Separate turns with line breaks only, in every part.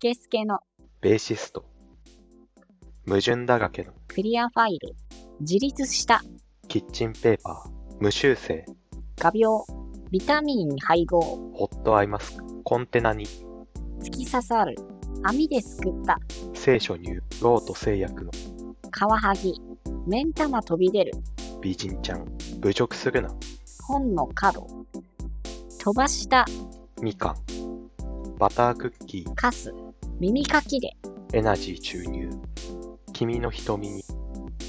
ケスケの
ベーシスト。矛盾だらけの
クリアファイル、自立した
キッチンペーパー。無修正。
画鋲、ビタミン配合、
ホットアイマスク。コンテナに
突き刺さる、網ですくった
聖書入。ロート製薬の
カワハギ、目ん玉飛び出る
美人ちゃん。侮辱するな。
本の角、飛ばした
みかん。バタークッキー。
カス、耳かきで
エナジー注入。君の瞳に。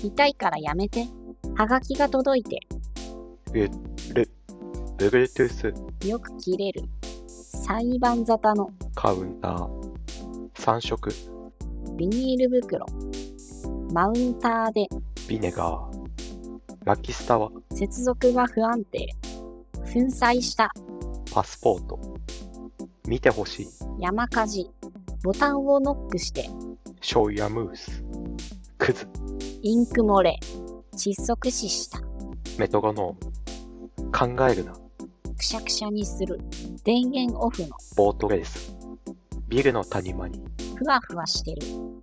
痛いからやめて。はがきが届いて、
ブルートゥース。
よく切れる。裁判沙汰の
カウンター。三色。
ビニール袋。マウンターで
ビネガー。ラキスタは
接続が不安定。粉砕した
パスポート。見てほしい。
山火事。ボタンをノックして、
醤油やムース。クズ。
インク漏れ。窒息死した。
メトロノーム。考えるな。
くしゃくしゃにする。電源オフの
ボートレース。ビルの谷間に。
ふわふわしてる。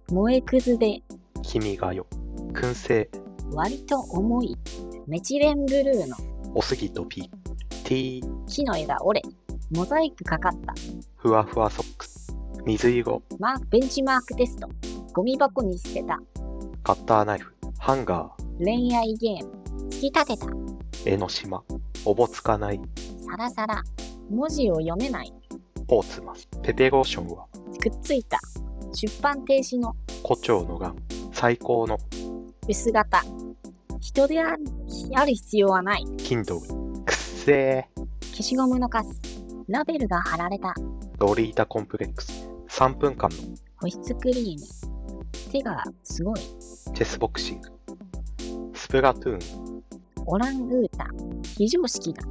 萌えくずで
君がよ。燻製。
割と重い。メチレンブルーの
おすぎとピー。ティー。
木の枝折れ。モザイクかかった。
ふわふわソックス。水色。
マークベンチマークテスト。ゴミ箱に捨てた。
カッターナイフ。ハンガ
恋愛ゲーム突き立てた
ー。江ノ島。おぼつかない。
サラサラ文字を読めない
ポーツマス。ペペローションは。
くっついた出版停止の
胡蝶のがん。最高の。
薄型人であるある必要はない
Kindle。くっせー。
消しゴムのカスラベルが貼られた
ロリータコンプレックス。3分間の
保湿クリーム手がすごい
チェスボクシング。スプラトゥーン。
オランウータン非常識だ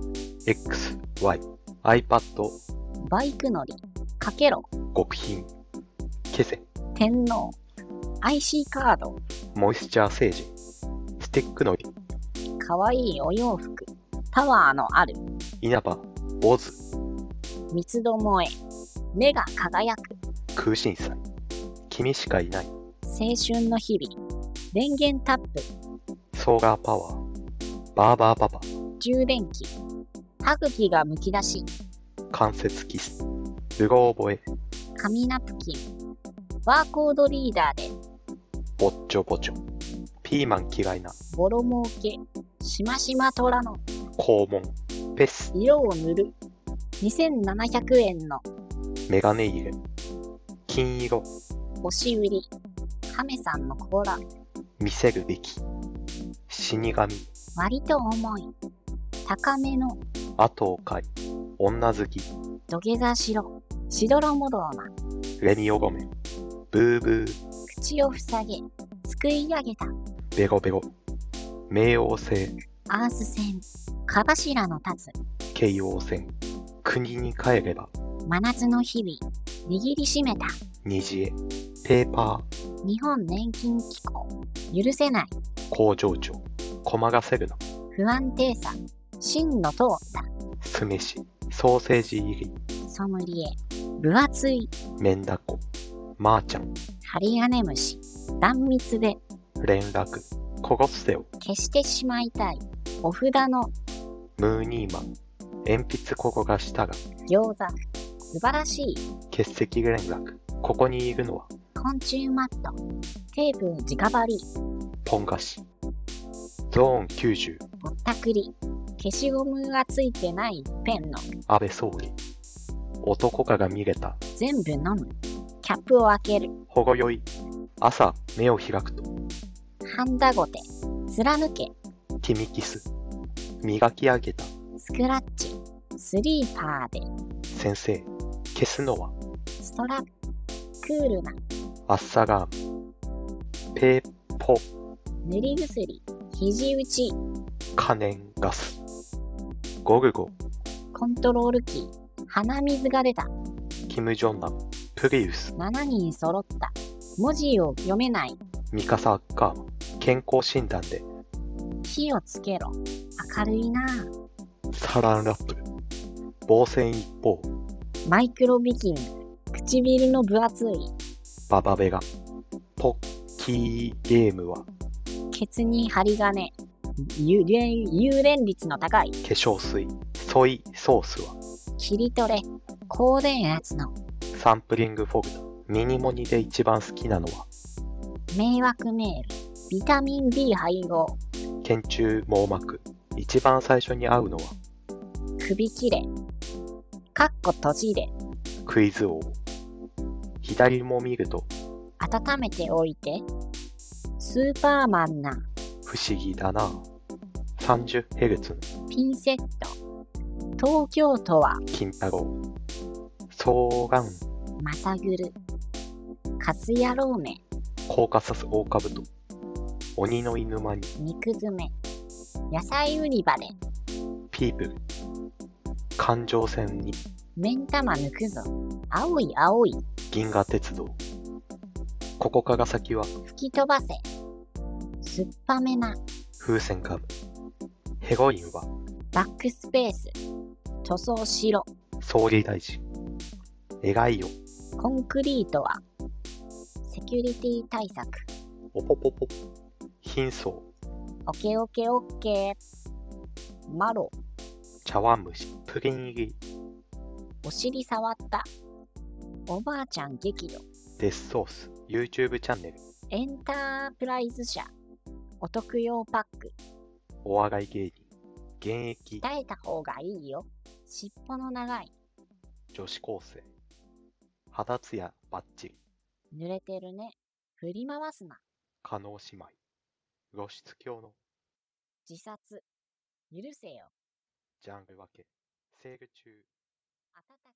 X、Y。iPad。
バイク乗りかけろ
極貧。消せ。
天皇 IC カード
モイスチャー成人。スティックのり。
かわいいお洋服タワーのある
稲葉。坊主。
三つどもえ目が輝く
空心菜。君しかいない。
青春の日々電源タップ
ソーラーパワー。バーバーパパ。
充電器歯茎がむき出し
関節キス。うろ覚え。
紙ナプキンバーコードリーダーで
ぼっちょぼちょ。ピーマン嫌いな。
ボロ儲けしましま虎の
肛門。ペス。
色を塗る2700円の
メガネ入れ。金色。
押し売り亀さんの甲羅
見せるべき。死神。
割と重い高めの
後を飼い。女好き。
土下座しろしどろもどろな
レミオロメン。ブーブー。
口を塞げすくい上げた
ベロベロ。冥王星。
アース戦蚊柱の立つ
京王線。国に帰れば。
真夏の日々握りしめた
虹へ。ペーパー。
日本年金機構許せない
工場長。細がせるな。
不安定さ真の通った
酢飯。ソーセージ入り。
ソムリエ分厚い
メンダコ。マーちゃん。
ハリガネムシ断密で
連絡。殺せよ。
消してしまいたいお札の
ムーニーマン。鉛筆ここがしたが。
餃子素晴らしい
欠席連絡。ここにいるのは。
昆虫マットテープ直張り
ポン菓子。ゾーン90。
ぼったくり消しゴムがついてないペンの
安倍総理。男かが見れた。
全部飲むキャップを開ける
ほろ酔い。朝、目を開くと。
ハンダゴテ貫け
君キス。磨き上げた。
スクラッチスリーパーで
先生。消すのは。
ストラップクールな
アッサガーム。ペーポ、
塗り薬肘打ち
可燃ガス。ゴルゴ、
コントロールキー鼻水が出た
キム・ジョンナム。プリウス、
7人揃った文字を読めない
ミカサ・アッカーマン。健康診断で。
火をつけろ明るいなあ
サランラップ。防戦一方。
マイクロビキニ口唇の分厚い
ババベが。ポッキーゲームは
ケツに針金幽霊幽連率の高い
化粧水。ソイソースは
切り取れ高電圧の
サンプリングフォグだ。ミニモニで一番好きなのは
迷惑メールビタミン B 配合
研中網膜。一番最初に会うのは
首切れかっこ閉じれ
クイズ王。左も見ると
温めておいてスーパーマンな
不思議だな。30Hz の
ピンセット東京都は
金太郎。双眼
まさぐるカスヤローメ
コーカサスオオカブト。鬼の犬間に
肉詰め野菜売り場で
ピープル。環状線に
目ん玉抜くぞ青い青い
銀河鉄道。ここから先は
吹き飛ばせ酸っぱめな
風船ガム。ヘロインは
バックスペース塗装しろ
総理大臣。願いを
コンクリートはセキュリティ対策
おぽぽぽ。貧相。
オケオケオッケーマロ
茶碗蒸し。プリン入り。
お尻触ったおばあちゃん激怒
デスソース。YouTube チャンネル。
エンタープライズ社お得用パック
お笑い芸人。現役
鍛えた方がいいよ尻尾の長い
女子高生。肌ツヤバッチリ。
濡れてるね振り回すな
加納姉妹。露出狂の
自殺許せよ
ジャンル分け。セール中。
温か